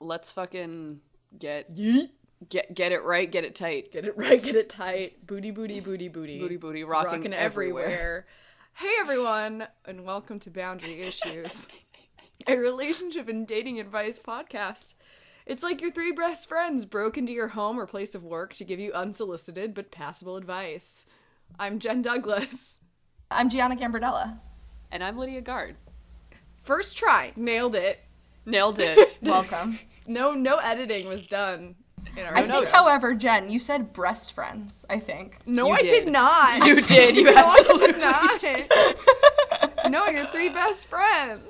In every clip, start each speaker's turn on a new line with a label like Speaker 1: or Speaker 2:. Speaker 1: let's fucking get
Speaker 2: Yeet.
Speaker 1: get get it right, get it tight.
Speaker 2: Get it right, get it tight. Booty, booty, booty, booty.
Speaker 1: Booty booty rocking,
Speaker 2: Rockin'
Speaker 1: everywhere.
Speaker 2: Hey everyone, and welcome to Boundary Issues, a relationship and dating advice podcast. It's like your three best friends broke into your home or place of work to give you unsolicited but passable advice. I'm Jen Douglas.
Speaker 3: I'm Gianna Gambardella.
Speaker 1: And I'm Lydia Guard.
Speaker 2: First try, nailed it.
Speaker 1: Nailed it.
Speaker 3: Welcome.
Speaker 2: No, no editing was done in our
Speaker 3: I
Speaker 2: intro.
Speaker 3: think, however, Jen, you said breast friends, I think.
Speaker 2: no,
Speaker 1: You
Speaker 2: I did.
Speaker 1: did.
Speaker 2: not.
Speaker 1: you did. You
Speaker 2: no,
Speaker 1: absolutely
Speaker 2: I did not. no, your three best friends.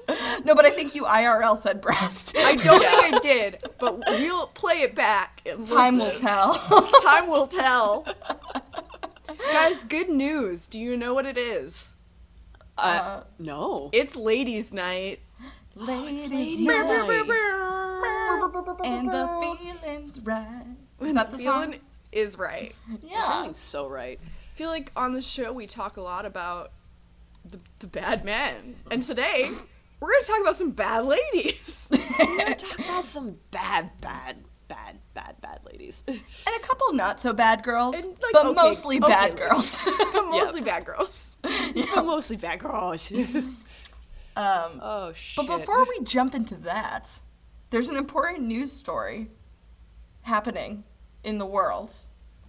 Speaker 3: No, but I think you IRL said breast.
Speaker 2: I don't think I did, but we'll play it back. And
Speaker 3: Time will
Speaker 2: listen.
Speaker 3: tell.
Speaker 2: Time will tell. Guys, good news. Do you know what it is?
Speaker 1: uh, no.
Speaker 2: It's ladies' night.
Speaker 3: Ladies,
Speaker 1: ladies'
Speaker 3: night,
Speaker 1: night.
Speaker 3: and the feeling's right. Is that the
Speaker 2: Feeling
Speaker 3: song?
Speaker 2: is right.
Speaker 1: That
Speaker 3: Yeah.
Speaker 1: one's so right.
Speaker 2: I feel like on the show we talk a lot about the, the bad men, and today we're gonna talk about some bad ladies.
Speaker 1: We're talking about some bad, bad, bad, bad, bad ladies.
Speaker 3: And a couple not so bad girls,
Speaker 2: And, like,
Speaker 3: but
Speaker 2: okay,
Speaker 3: mostly
Speaker 2: okay,
Speaker 3: bad
Speaker 2: like-
Speaker 3: girls.
Speaker 2: Mostly bad girls.
Speaker 1: But mostly bad girls.
Speaker 3: um,
Speaker 1: oh shit.
Speaker 3: but before we jump into that, there's an important news story happening in the world.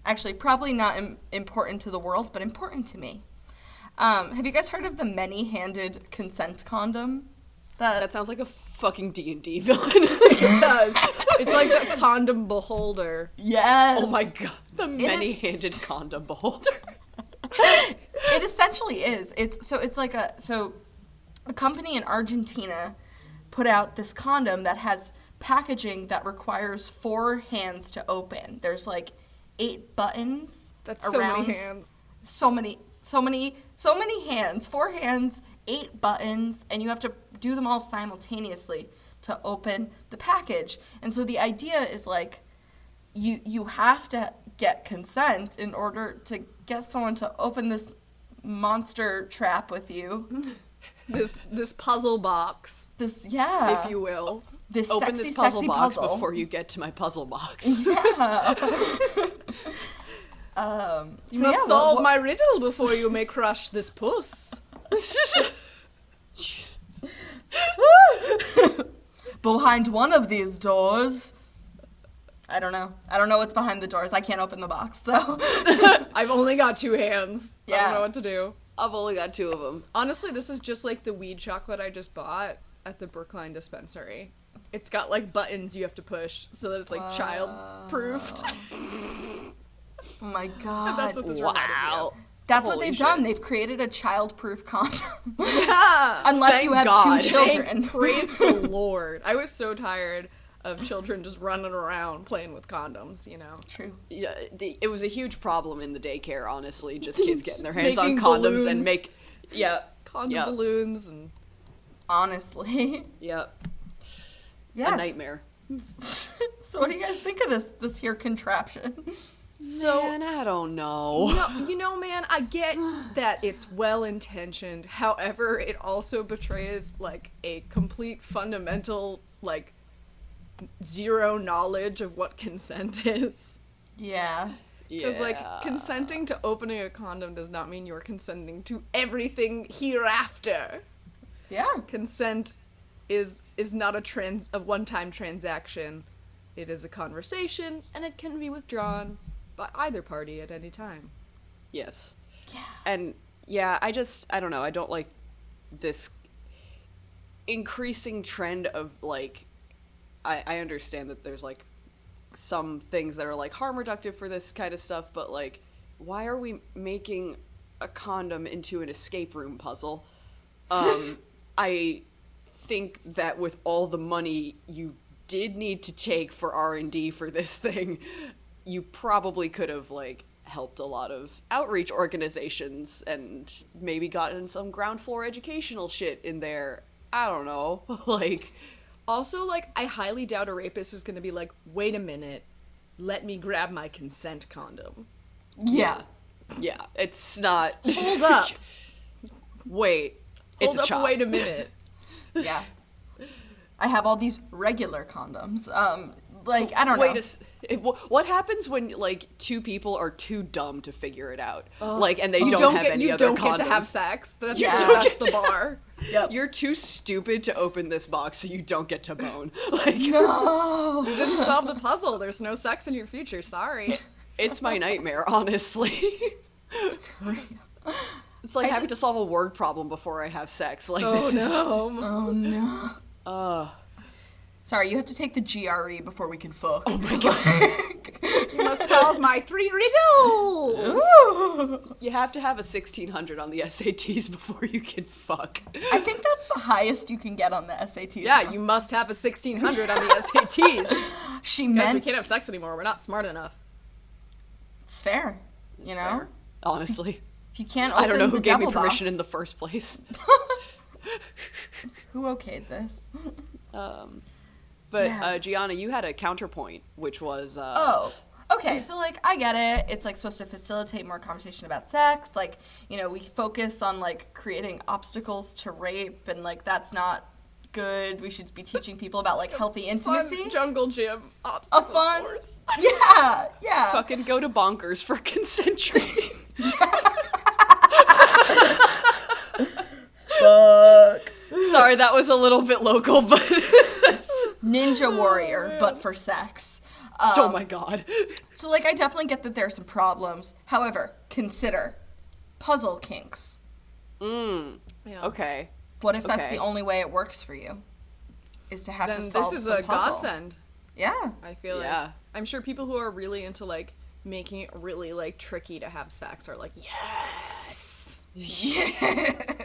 Speaker 3: Actually, probably not Im- important to the world, but important to me. Um, have you guys heard of the many-handed consent condom?
Speaker 1: that
Speaker 3: That
Speaker 1: sounds like a fucking D and D villain.
Speaker 2: It does. It's like the condom beholder.
Speaker 3: yes.
Speaker 1: oh my god, the many-handed
Speaker 3: is-
Speaker 1: condom beholder.
Speaker 3: it essentially is. It's so it's like a so a company in Argentina put out this condom that has packaging that requires four hands to open. There's like eight buttons
Speaker 2: That's so
Speaker 3: around
Speaker 2: many hands.
Speaker 3: so many so many so many hands, four hands, eight buttons, and you have to do them all simultaneously to open the package. And so the idea is like you you have to get consent in order to get someone to open this monster trap with you.
Speaker 2: This this puzzle box,
Speaker 3: This yeah,
Speaker 2: if you will.
Speaker 3: this
Speaker 1: Open
Speaker 3: sexy
Speaker 1: this puzzle
Speaker 3: sexy
Speaker 1: box
Speaker 3: puzzle.
Speaker 1: before you get to my puzzle box.
Speaker 3: um,
Speaker 2: You
Speaker 3: so
Speaker 2: must
Speaker 3: yeah,
Speaker 2: solve
Speaker 3: what-
Speaker 2: my riddle before you may crush this puss.
Speaker 1: Jesus.
Speaker 3: behind one of these doors. I don't know. I don't know what's behind the doors. I can't open the box, so Oh
Speaker 2: I've only got two hands. I don't
Speaker 3: Yeah.
Speaker 2: know what to do.
Speaker 1: I've only got two of them.
Speaker 2: Honestly, this is just like the weed chocolate I just bought at the Brookline dispensary. It's got like buttons you have to push so that it's like child proofed.
Speaker 3: Oh my
Speaker 2: That's
Speaker 3: god. That's
Speaker 2: what
Speaker 3: what,
Speaker 2: this
Speaker 1: Wow. Holy
Speaker 3: they've
Speaker 1: shit.
Speaker 3: done. They've created a child-proof condom.
Speaker 2: Yeah.
Speaker 3: Unless
Speaker 1: Thank
Speaker 3: you have
Speaker 1: God.
Speaker 3: two
Speaker 1: Thank
Speaker 3: children.
Speaker 2: Praise the Lord. I was so tired of children just running around playing with condoms, you know.
Speaker 3: True.
Speaker 1: Yeah, the, it was a huge problem in the daycare. Honestly, just kids getting their hands on
Speaker 2: Making
Speaker 1: condoms
Speaker 2: balloons.
Speaker 1: and make. Yeah.
Speaker 2: Condom
Speaker 1: Yeah.
Speaker 2: balloons and
Speaker 3: Honestly.
Speaker 1: Yeah.
Speaker 3: Yes.
Speaker 1: A nightmare.
Speaker 3: so what do you guys think of this this here contraption?
Speaker 1: So Man, I don't know.
Speaker 2: No, you know, man, I get that it's well intentioned. However, it also betrays like a complete fundamental like zero knowledge of what consent is.
Speaker 3: Yeah.
Speaker 2: Because
Speaker 1: Yeah.
Speaker 2: like consenting to opening a condom does not mean you're consenting to everything hereafter.
Speaker 3: Yeah.
Speaker 2: Consent is is not a trans a one time transaction. It is a conversation, and it can be withdrawn by either party at any time.
Speaker 1: Yes.
Speaker 3: Yeah.
Speaker 1: And yeah, I just I don't know. I don't like this increasing trend of like I I understand that there's like some things that are like harm reductive for this kind of stuff, but like why are we making a condom into an escape room puzzle? Um I think that with all the money you did need to take for R&D for this thing, you probably could have like helped a lot of outreach organizations and maybe gotten some ground floor educational shit in there. I don't know. like
Speaker 2: Also, like, I highly doubt a rapist is gonna be like, wait a minute, let me grab my consent condom.
Speaker 3: Yeah.
Speaker 1: yeah, it's not
Speaker 2: Hold up.
Speaker 1: Wait.
Speaker 2: Hold
Speaker 1: it's a
Speaker 2: up,
Speaker 1: chop.
Speaker 2: wait a minute.
Speaker 3: Yeah. I have all these regular condoms. Um, like I don't
Speaker 1: Wait
Speaker 3: know.
Speaker 1: a s- it- wh- what happens when like two people are too dumb to figure it out? like, and they
Speaker 2: you
Speaker 1: don't,
Speaker 2: don't
Speaker 1: have
Speaker 2: get
Speaker 1: any
Speaker 2: you
Speaker 1: other
Speaker 2: don't get to
Speaker 1: condoms?
Speaker 2: have sex. That's,
Speaker 3: You don't
Speaker 2: that's the bar.
Speaker 3: Yep.
Speaker 1: You're too stupid to open this box, so you don't get to bone. Like,
Speaker 3: no.
Speaker 2: Didn't solve the puzzle. There's no sex in your future. Sorry.
Speaker 1: it's my nightmare, honestly. it's like having to solve a word problem before I have sex. Like, this
Speaker 2: Oh, no.
Speaker 3: Oh no.
Speaker 1: is. Uh,
Speaker 3: Sorry, you have to take the GRE before we can fuck.
Speaker 1: Oh
Speaker 2: You must solve my three riddles.
Speaker 3: Ooh.
Speaker 1: you have to have a 1600 on the SATs before you can fuck.
Speaker 3: I think that's the highest you can get on the SATs.
Speaker 2: Yeah,
Speaker 3: now.
Speaker 2: you must have a 1600 on the SATs.
Speaker 3: She
Speaker 2: Guys, we
Speaker 3: meant
Speaker 2: can't have sex anymore. We're not smart enough.
Speaker 3: it's fair. You know,
Speaker 1: Fair. Honestly.
Speaker 3: if you can't open
Speaker 1: I don't know
Speaker 3: the
Speaker 1: who gave me
Speaker 3: devil
Speaker 1: permission
Speaker 3: box-
Speaker 1: in the first place.
Speaker 3: Who okayed this?
Speaker 1: Um, but
Speaker 3: Yeah.
Speaker 1: uh, Gianna, you had a counterpoint, which was uh,
Speaker 3: Oh. Okay, so like I get it. It's like supposed to facilitate more conversation about sex. Like, you know, we focus on like creating obstacles to rape and like that's not good. We should be teaching people about like healthy intimacy.
Speaker 2: Fun jungle gym obstacle
Speaker 3: A fun
Speaker 2: course.
Speaker 3: Yeah, yeah.
Speaker 1: fucking go to bonkers for consent training.
Speaker 3: Fuck.
Speaker 1: Sorry, that was a little bit local, but
Speaker 3: Ninja warrior, but for sex. Um,
Speaker 1: oh my god.
Speaker 3: So, like, I definitely get that there are some problems. However, consider puzzle kinks.
Speaker 1: Mm,
Speaker 2: Yeah.
Speaker 1: okay.
Speaker 3: What if that's
Speaker 1: Okay.
Speaker 3: the only way it works for you? Is to have
Speaker 2: Then
Speaker 3: to solve
Speaker 2: this is
Speaker 3: some
Speaker 2: a
Speaker 3: puzzle.
Speaker 2: godsend.
Speaker 3: Yeah.
Speaker 2: I feel
Speaker 1: Yeah.
Speaker 2: like I'm sure people who are really into like making it really like tricky to have sex are like, yes,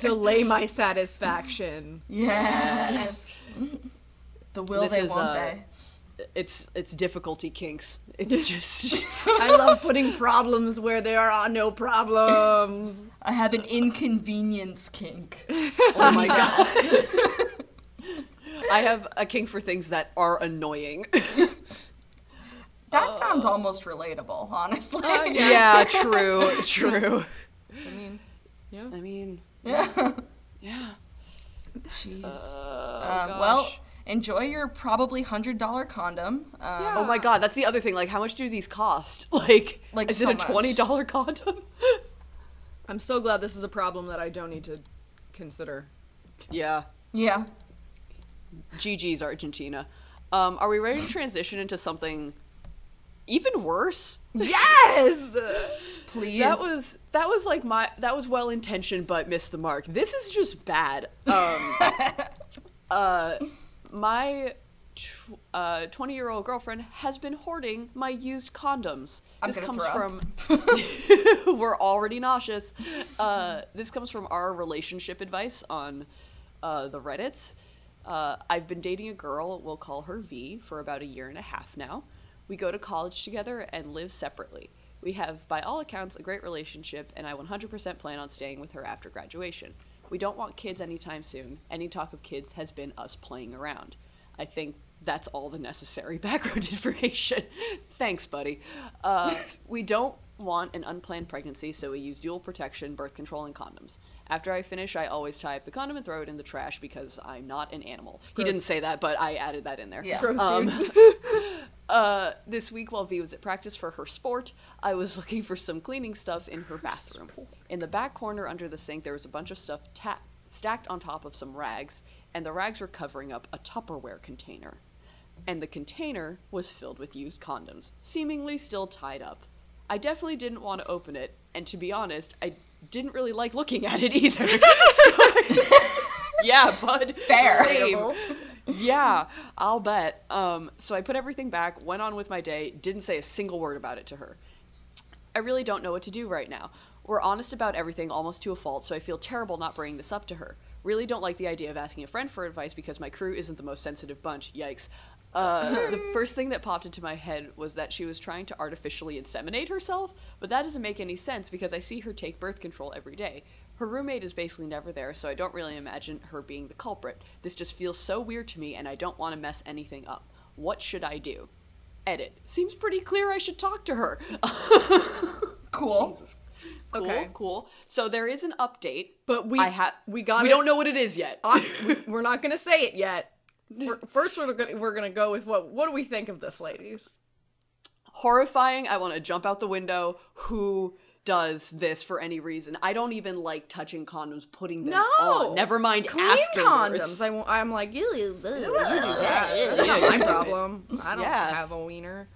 Speaker 2: delay my satisfaction.
Speaker 3: Yes. The will
Speaker 1: This
Speaker 3: they
Speaker 1: is,
Speaker 3: won't
Speaker 1: uh,
Speaker 3: they.
Speaker 1: It's it's difficulty kinks. It's just
Speaker 2: I love putting problems where there are no problems.
Speaker 3: I have an inconvenience kink.
Speaker 1: oh my god. I have a kink for things that are annoying.
Speaker 3: That sounds almost relatable, honestly.
Speaker 2: Uh, yeah.
Speaker 1: yeah, true, true.
Speaker 2: I mean, yeah.
Speaker 1: I mean,
Speaker 3: Yeah. Um,
Speaker 1: yeah.
Speaker 3: Jeez.
Speaker 1: Uh,
Speaker 3: um, well, enjoy your probably hundred dollar condom. Um,
Speaker 1: oh my god, that's the other thing. Like, how much do these cost? Like,
Speaker 3: Like,
Speaker 1: is
Speaker 3: so
Speaker 1: it a
Speaker 3: much.
Speaker 1: twenty dollar condom?
Speaker 2: I'm so glad this is a problem that I don't need to consider.
Speaker 1: yeah.
Speaker 3: Yeah.
Speaker 1: GG's Argentina. Um, are we ready to transition into something even worse?
Speaker 2: Yes.
Speaker 3: Please.
Speaker 1: That was that was like my that was well intentioned but missed the mark. This is just bad. Um, uh, my tw- uh, twenty year old girlfriend has been hoarding my used condoms.
Speaker 3: I'm
Speaker 1: this
Speaker 3: gonna
Speaker 1: comes
Speaker 3: throw
Speaker 1: from we're already nauseous. Uh, this comes from our relationship advice on uh, the Reddits. Uh, I've been dating a girl. We'll call her V for about a year and a half now. We go to college together and live separately. We have, by all accounts, a great relationship, and I 100% plan on staying with her after graduation. We don't want kids anytime soon. Any talk of kids has been us playing around. I think that's all the necessary background information. Thanks, buddy. Uh, we don't want an unplanned pregnancy, so we use dual protection, birth control, and condoms. After I finish, I always tie up the condom and throw it in the trash because I'm not an animal. He didn't
Speaker 2: Gross.
Speaker 1: say that, but I added that in there.
Speaker 3: Yeah.
Speaker 2: Gross,
Speaker 1: Um,
Speaker 2: dude.
Speaker 1: uh, this week, while V was at practice for her sport, I was looking for some cleaning stuff in her bathroom. In the back corner under the sink, there was a bunch of stuff ta- stacked on top of some rags, and the rags were covering up a Tupperware container. And the container was filled with used condoms, seemingly still tied up. I definitely didn't want to open it, and to be honest, I didn't really like looking at it either. So- yeah, bud.
Speaker 3: Fair.
Speaker 1: Same yeah, I'll bet. Um, so I put everything back, went on with my day, didn't say a single word about it to her. I really don't know what to do right now. We're honest about everything almost to a fault, so I feel terrible not bringing this up to her. Really don't like the idea of asking a friend for advice because my crew isn't the most sensitive bunch. Yikes. Uh, the first thing that popped into my head was that she was trying to artificially inseminate herself, but that doesn't make any sense because I see her take birth control every day. Her roommate is basically never there, so I don't really imagine her being the culprit. This just feels so weird to me, and I don't want to mess anything up. What should I do? Edit. Seems pretty clear I should talk to her.
Speaker 3: cool.
Speaker 1: Cool,
Speaker 2: Okay.
Speaker 1: cool. So there is an update,
Speaker 2: But we
Speaker 1: I ha-
Speaker 2: we got
Speaker 1: we Uh,
Speaker 2: it.
Speaker 1: don't know what it is yet.
Speaker 2: I- we- we're not gonna say it yet. We're- First, we're gonna we're gonna go with what what do we think of this, ladies?
Speaker 1: horrifying. I want to jump out the window. Who does this for any reason? I don't even like touching condoms, putting them
Speaker 2: No!
Speaker 1: on. Never mind
Speaker 2: Clean
Speaker 1: afterwards.
Speaker 2: condoms. I, won't- I'm like, you, you do that. It's not my problem. I don't
Speaker 1: Yeah.
Speaker 2: have a wiener.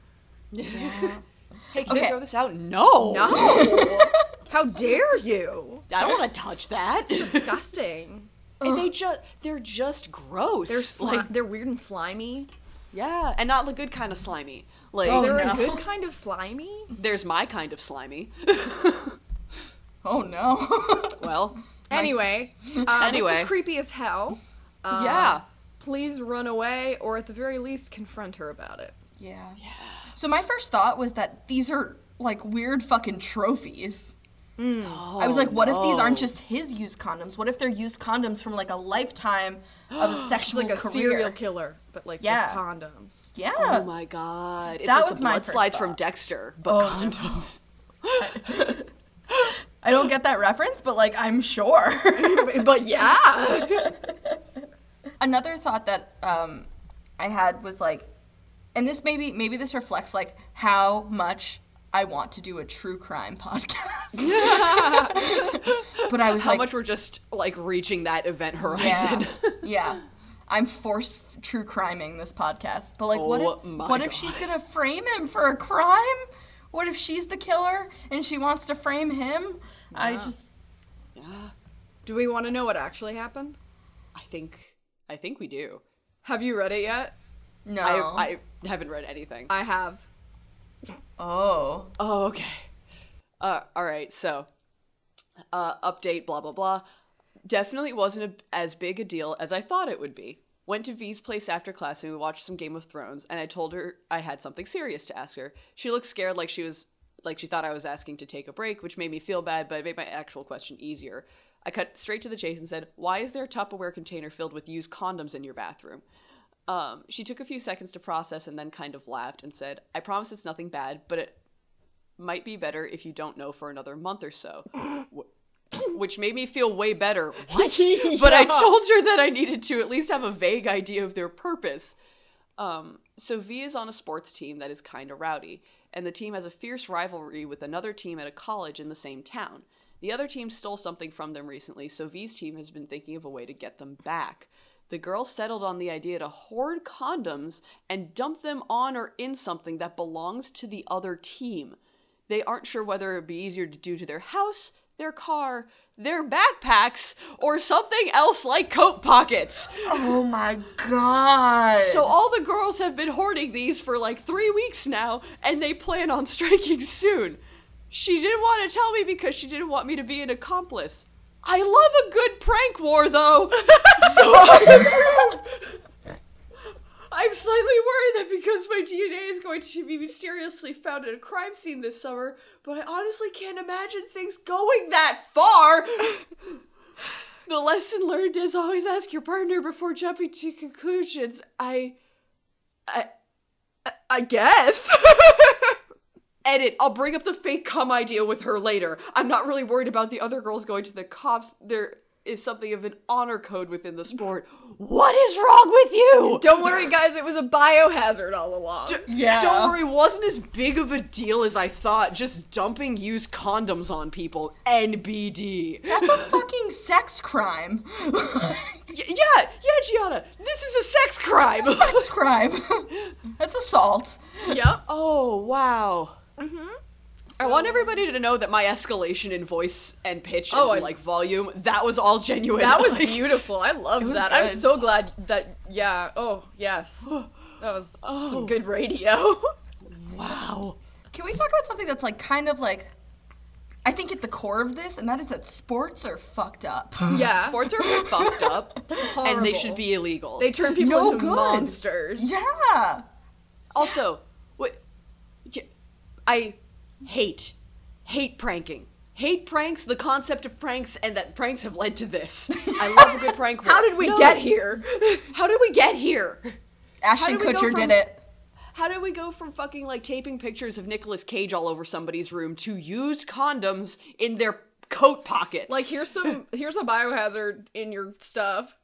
Speaker 1: Hey, can you
Speaker 3: Okay.
Speaker 1: throw this out? No,
Speaker 2: No. How dare you?
Speaker 1: I don't want to touch that.
Speaker 2: Disgusting.
Speaker 1: and they just—they're just gross.
Speaker 2: They're sli-
Speaker 1: like,
Speaker 2: they're weird and slimy.
Speaker 1: yeah, and not the good kind of slimy. Like,
Speaker 3: Oh,
Speaker 2: they're a
Speaker 3: no.
Speaker 2: good kind of slimy.
Speaker 1: there's my kind of slimy.
Speaker 3: Oh no.
Speaker 1: well,
Speaker 2: Anyway, uh, this
Speaker 1: Anyway.
Speaker 2: is creepy as hell. Uh,
Speaker 1: yeah.
Speaker 2: Please run away, or at the very least, confront her about it.
Speaker 3: yeah. So my first thought was that these are like weird fucking trophies. I was like, what if these aren't
Speaker 1: oh, no.
Speaker 3: just his used condoms? What if they're used condoms from like a lifetime of a
Speaker 2: She's
Speaker 3: sexual
Speaker 2: like a
Speaker 3: career?
Speaker 2: serial killer, but like
Speaker 3: Yeah.
Speaker 2: with condoms.
Speaker 3: Yeah.
Speaker 1: Oh my god. It's
Speaker 3: That
Speaker 1: like
Speaker 3: was
Speaker 1: the
Speaker 3: my
Speaker 1: blood
Speaker 3: first
Speaker 1: slides from
Speaker 3: thought.
Speaker 1: Dexter, but
Speaker 3: Oh, no.
Speaker 1: condoms.
Speaker 3: I don't get that reference, but like I'm sure.
Speaker 2: but yeah.
Speaker 3: Another thought that um, I had was like, and this maybe maybe this reflects like how much I want to do a true crime podcast. but I was
Speaker 1: How
Speaker 3: like,
Speaker 1: much we're just like reaching that event horizon.
Speaker 3: yeah, yeah. I'm force f- true criming this podcast. But like, what
Speaker 1: Oh
Speaker 3: if
Speaker 1: my
Speaker 3: what if she's gonna frame him for a crime? What if she's the killer and she wants to frame him? I just
Speaker 2: Do we want to know what actually happened?
Speaker 1: I think I think we do.
Speaker 2: Have you read it yet?
Speaker 3: no.
Speaker 1: I I haven't read anything.
Speaker 2: I have.
Speaker 3: oh.
Speaker 1: oh, okay. Uh, all right. So, uh, update. Blah blah blah. Definitely wasn't a, as big a deal as I thought it would be. Went to V's place after class and we watched some Game of Thrones. And I told her I had something serious to ask her. She looked scared, like she was like she thought I was asking to take a break, which made me feel bad, but it made my actual question easier. I cut straight to the chase and said, "Why is there a Tupperware container filled with used condoms in your bathroom?" Um, she took a few seconds to process and then kind of laughed and said, I promise it's nothing bad, but it might be better if you don't know for another month or so. Wh- Which made me feel way better. What? But I told her that I needed to at least have a vague idea of their purpose. Um, so V is on a sports team that is kind of rowdy, and the team has a fierce rivalry with another team at a college in the same town. The other team stole something from them recently, so V's team has been thinking of a way to get them back. The girls settled on the idea to hoard condoms and dump them on or in something that belongs to the other team. They aren't sure whether it would be easier to do to their house, their car, their backpacks, or something else like coat pockets.
Speaker 3: Oh my god.
Speaker 1: So all the girls have been hoarding these for like three weeks now, and they plan on striking soon. She didn't want to tell me because she didn't want me to be an accomplice. I love a good prank war, though. so I'm, I'm slightly worried that because my DNA is going to be mysteriously found at a crime scene this summer, but I honestly can't imagine things going that far. The lesson learned is always ask your partner before jumping to conclusions. I, I,
Speaker 2: I guess.
Speaker 1: edit. I'll bring up the fake cum idea with her later. I'm not really worried about the other girls going to the cops. There is something of an honor code within the sport. What is wrong with you?
Speaker 2: Don't worry, guys. It was a biohazard all along.
Speaker 3: Yeah.
Speaker 1: Don't worry, wasn't as big of a deal as I thought. Just dumping used condoms on people. NBD.
Speaker 3: That's a fucking sex crime.
Speaker 1: Y- yeah, yeah, Gianna. This is a sex crime.
Speaker 3: sex crime. That's assault.
Speaker 2: yep.
Speaker 1: Oh, wow.
Speaker 2: Mm-hmm.
Speaker 1: I want everybody to know that my escalation in voice and pitch
Speaker 2: Oh,
Speaker 1: and
Speaker 2: I-
Speaker 1: like volume, that was all genuine.
Speaker 2: That was
Speaker 1: Like,
Speaker 2: beautiful. I love
Speaker 3: was
Speaker 2: that. I'm
Speaker 3: good.
Speaker 2: so glad that. Yeah. Oh yes. That was some good radio.
Speaker 1: wow.
Speaker 3: Can we talk about something that's like kind of like I think at the core of this, and that is that sports are fucked up.
Speaker 2: yeah.
Speaker 1: Sports are fucked up and they should
Speaker 2: horrible.
Speaker 1: be illegal.
Speaker 2: They turn people
Speaker 3: No
Speaker 2: into
Speaker 3: good.
Speaker 2: monsters.
Speaker 3: yeah.
Speaker 1: also, what j- I hate hate pranking. Hate pranks, the concept of pranks and that pranks have led to this. I love a good prank.
Speaker 2: How
Speaker 1: war.
Speaker 2: did we
Speaker 1: No.
Speaker 2: get here?
Speaker 1: How did we get here?
Speaker 3: Ashton
Speaker 1: did we go
Speaker 3: Kutcher
Speaker 1: from-
Speaker 3: did it.
Speaker 1: How did we go from fucking like taping pictures of Nicolas Cage all over somebody's room to used condoms in their coat pockets?
Speaker 2: Like here's some here's a biohazard in your stuff.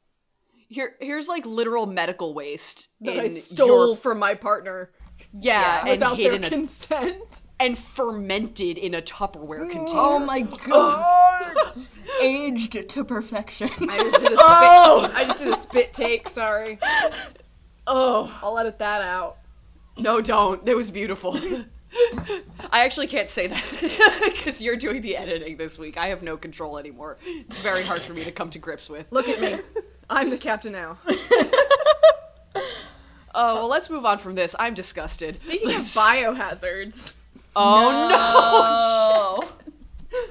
Speaker 1: here here's like literal medical waste
Speaker 2: that
Speaker 1: in
Speaker 2: I stole
Speaker 1: your-
Speaker 2: from my partner
Speaker 1: yeah, and
Speaker 2: without their
Speaker 1: hidden a-
Speaker 2: consent.
Speaker 1: and fermented in a Tupperware container.
Speaker 3: Oh my god! Aged to perfection.
Speaker 2: I just did a spit.
Speaker 1: Oh!
Speaker 2: I just did a spit take. Sorry,
Speaker 1: Oh
Speaker 2: I'll edit that out.
Speaker 1: no, don't. It was beautiful. I actually can't say that because you're doing the editing this week. I have no control anymore. It's very hard for me to come to grips with.
Speaker 2: Look at me. I'm the captain now.
Speaker 1: Oh well, let's move on from this. I'm disgusted.
Speaker 2: Speaking of
Speaker 1: Let's-
Speaker 2: biohazards,
Speaker 1: oh no!
Speaker 3: Oh.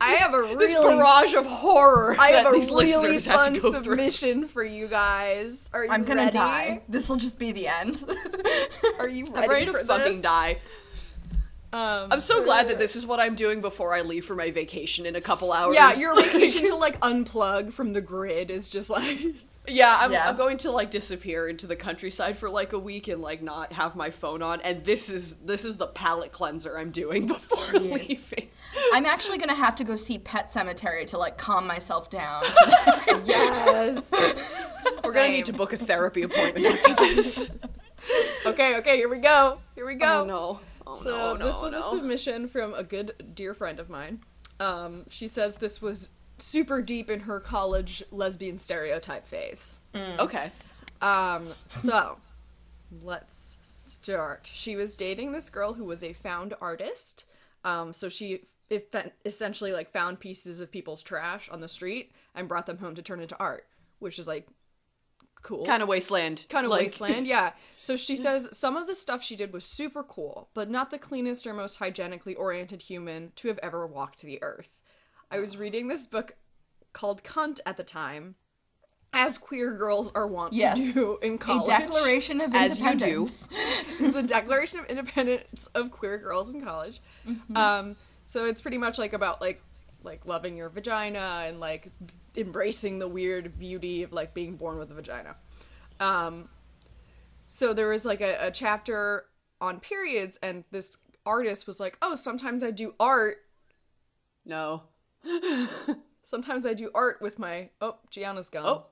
Speaker 2: I have a
Speaker 1: This
Speaker 2: really,
Speaker 1: barrage of horror.
Speaker 2: I have
Speaker 1: that
Speaker 2: a
Speaker 1: these
Speaker 2: really
Speaker 1: listeners have to
Speaker 2: fun
Speaker 1: go through.
Speaker 2: submission for you guys. Are you
Speaker 3: I'm gonna
Speaker 2: ready?
Speaker 3: die. This'll just be the end.
Speaker 2: Are you ready,
Speaker 1: I'm ready to
Speaker 2: for
Speaker 1: fucking
Speaker 2: this?
Speaker 1: die.
Speaker 2: Um,
Speaker 1: I'm so glad that this is what I'm doing before I leave for my vacation in a couple hours.
Speaker 2: Yeah, your vacation to like unplug from the grid is just like
Speaker 1: yeah, I'm,
Speaker 3: Yeah.
Speaker 1: I'm going to like disappear into the countryside for like a week and like not have my phone on. And this is this is the palate cleanser I'm doing before
Speaker 3: Jeez.
Speaker 1: leaving.
Speaker 3: I'm actually gonna have to go see Pet Cemetery to like calm myself down.
Speaker 2: yes.
Speaker 1: We're gonna need to
Speaker 2: Same.
Speaker 1: book a therapy appointment after this.
Speaker 2: Okay, okay, here we go. Here we go.
Speaker 1: Oh no! Oh
Speaker 2: so
Speaker 1: no! No!
Speaker 2: this was
Speaker 1: no.
Speaker 2: a submission from a good dear friend of mine. Um, she says this was super deep in her college lesbian stereotype phase.
Speaker 1: okay.
Speaker 2: Um, so let's start. She was dating this girl who was a found artist. Um, so she if, essentially like found pieces of people's trash on the street and brought them home to turn into art, which is like cool
Speaker 1: Kind of wasteland.
Speaker 2: kind of
Speaker 1: like,
Speaker 2: wasteland yeah so she says some of the stuff she did was super cool but not the cleanest or most hygienically oriented human to have ever walked the earth i was reading this book called cunt at the time as queer girls are wont
Speaker 3: Yes.
Speaker 2: to do in
Speaker 3: A
Speaker 2: college
Speaker 3: declaration of
Speaker 1: As you do.
Speaker 3: independence.
Speaker 2: the Declaration of Independence of queer girls in college. Um, so it's pretty much like about like like loving your vagina and like embracing the weird beauty of like being born with a vagina. Um, so there was like a, a chapter on periods, and this artist was like, "Oh, sometimes I do art.
Speaker 1: No.
Speaker 2: Sometimes I do art with my oh Gianna's gone.
Speaker 1: Oh.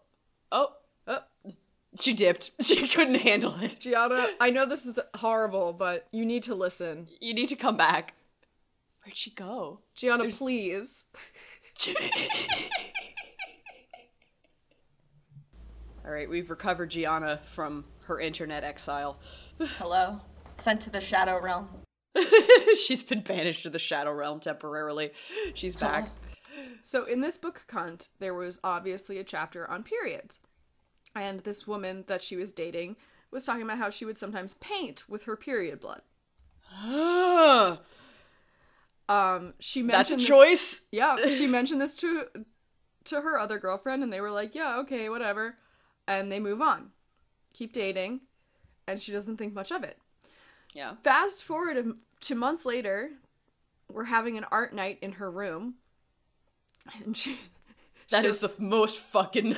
Speaker 1: Oh.
Speaker 2: oh
Speaker 1: She dipped. She couldn't handle it.
Speaker 2: Gianna. I know this is horrible, but you need to listen,
Speaker 1: You need to come back. Where'd she go?
Speaker 2: Gianna. Please."
Speaker 1: All right, we've recovered Gianna from her internet exile.
Speaker 3: Hello. Sent to the shadow realm.
Speaker 1: She's been banished to the Shadow Realm temporarily. She's back.
Speaker 2: So in this book, Cunt, there was obviously a chapter on periods. And this woman that she was dating was talking about how she would sometimes paint with her period blood. Um, she mentioned
Speaker 1: That's a
Speaker 2: this-
Speaker 1: choice.
Speaker 2: yeah, she mentioned this to to her other girlfriend, and they were like, "Yeah, okay, whatever," and they move on, keep dating, and she doesn't think much of it.
Speaker 1: Yeah.
Speaker 2: Fast forward to, to months later, we're having an art night in her room, and she
Speaker 1: That is the most fucking.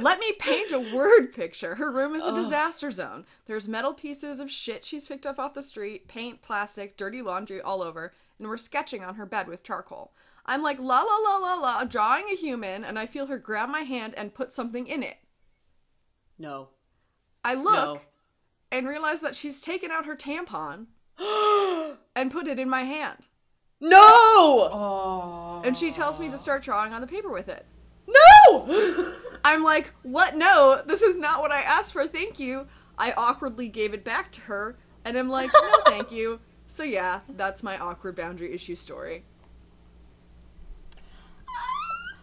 Speaker 2: Let me paint a word picture. Her room is a disaster zone. There's metal pieces of shit she's picked up off the street, paint, plastic, dirty laundry all over, and we're sketching on her bed with charcoal. I'm like, la la la la la, drawing a human, and I feel her grab my hand and put something in it.
Speaker 1: no.
Speaker 2: I look
Speaker 1: No.
Speaker 2: and realize that she's taken out her tampon and put it in my hand.
Speaker 1: No!
Speaker 2: And she tells me to start drawing on the paper with it.
Speaker 1: No!
Speaker 2: I'm like, what? No, this is not what I asked for. Thank you. I awkwardly gave it back to her, and I'm like, no, thank you. So yeah, that's my awkward boundary issue story.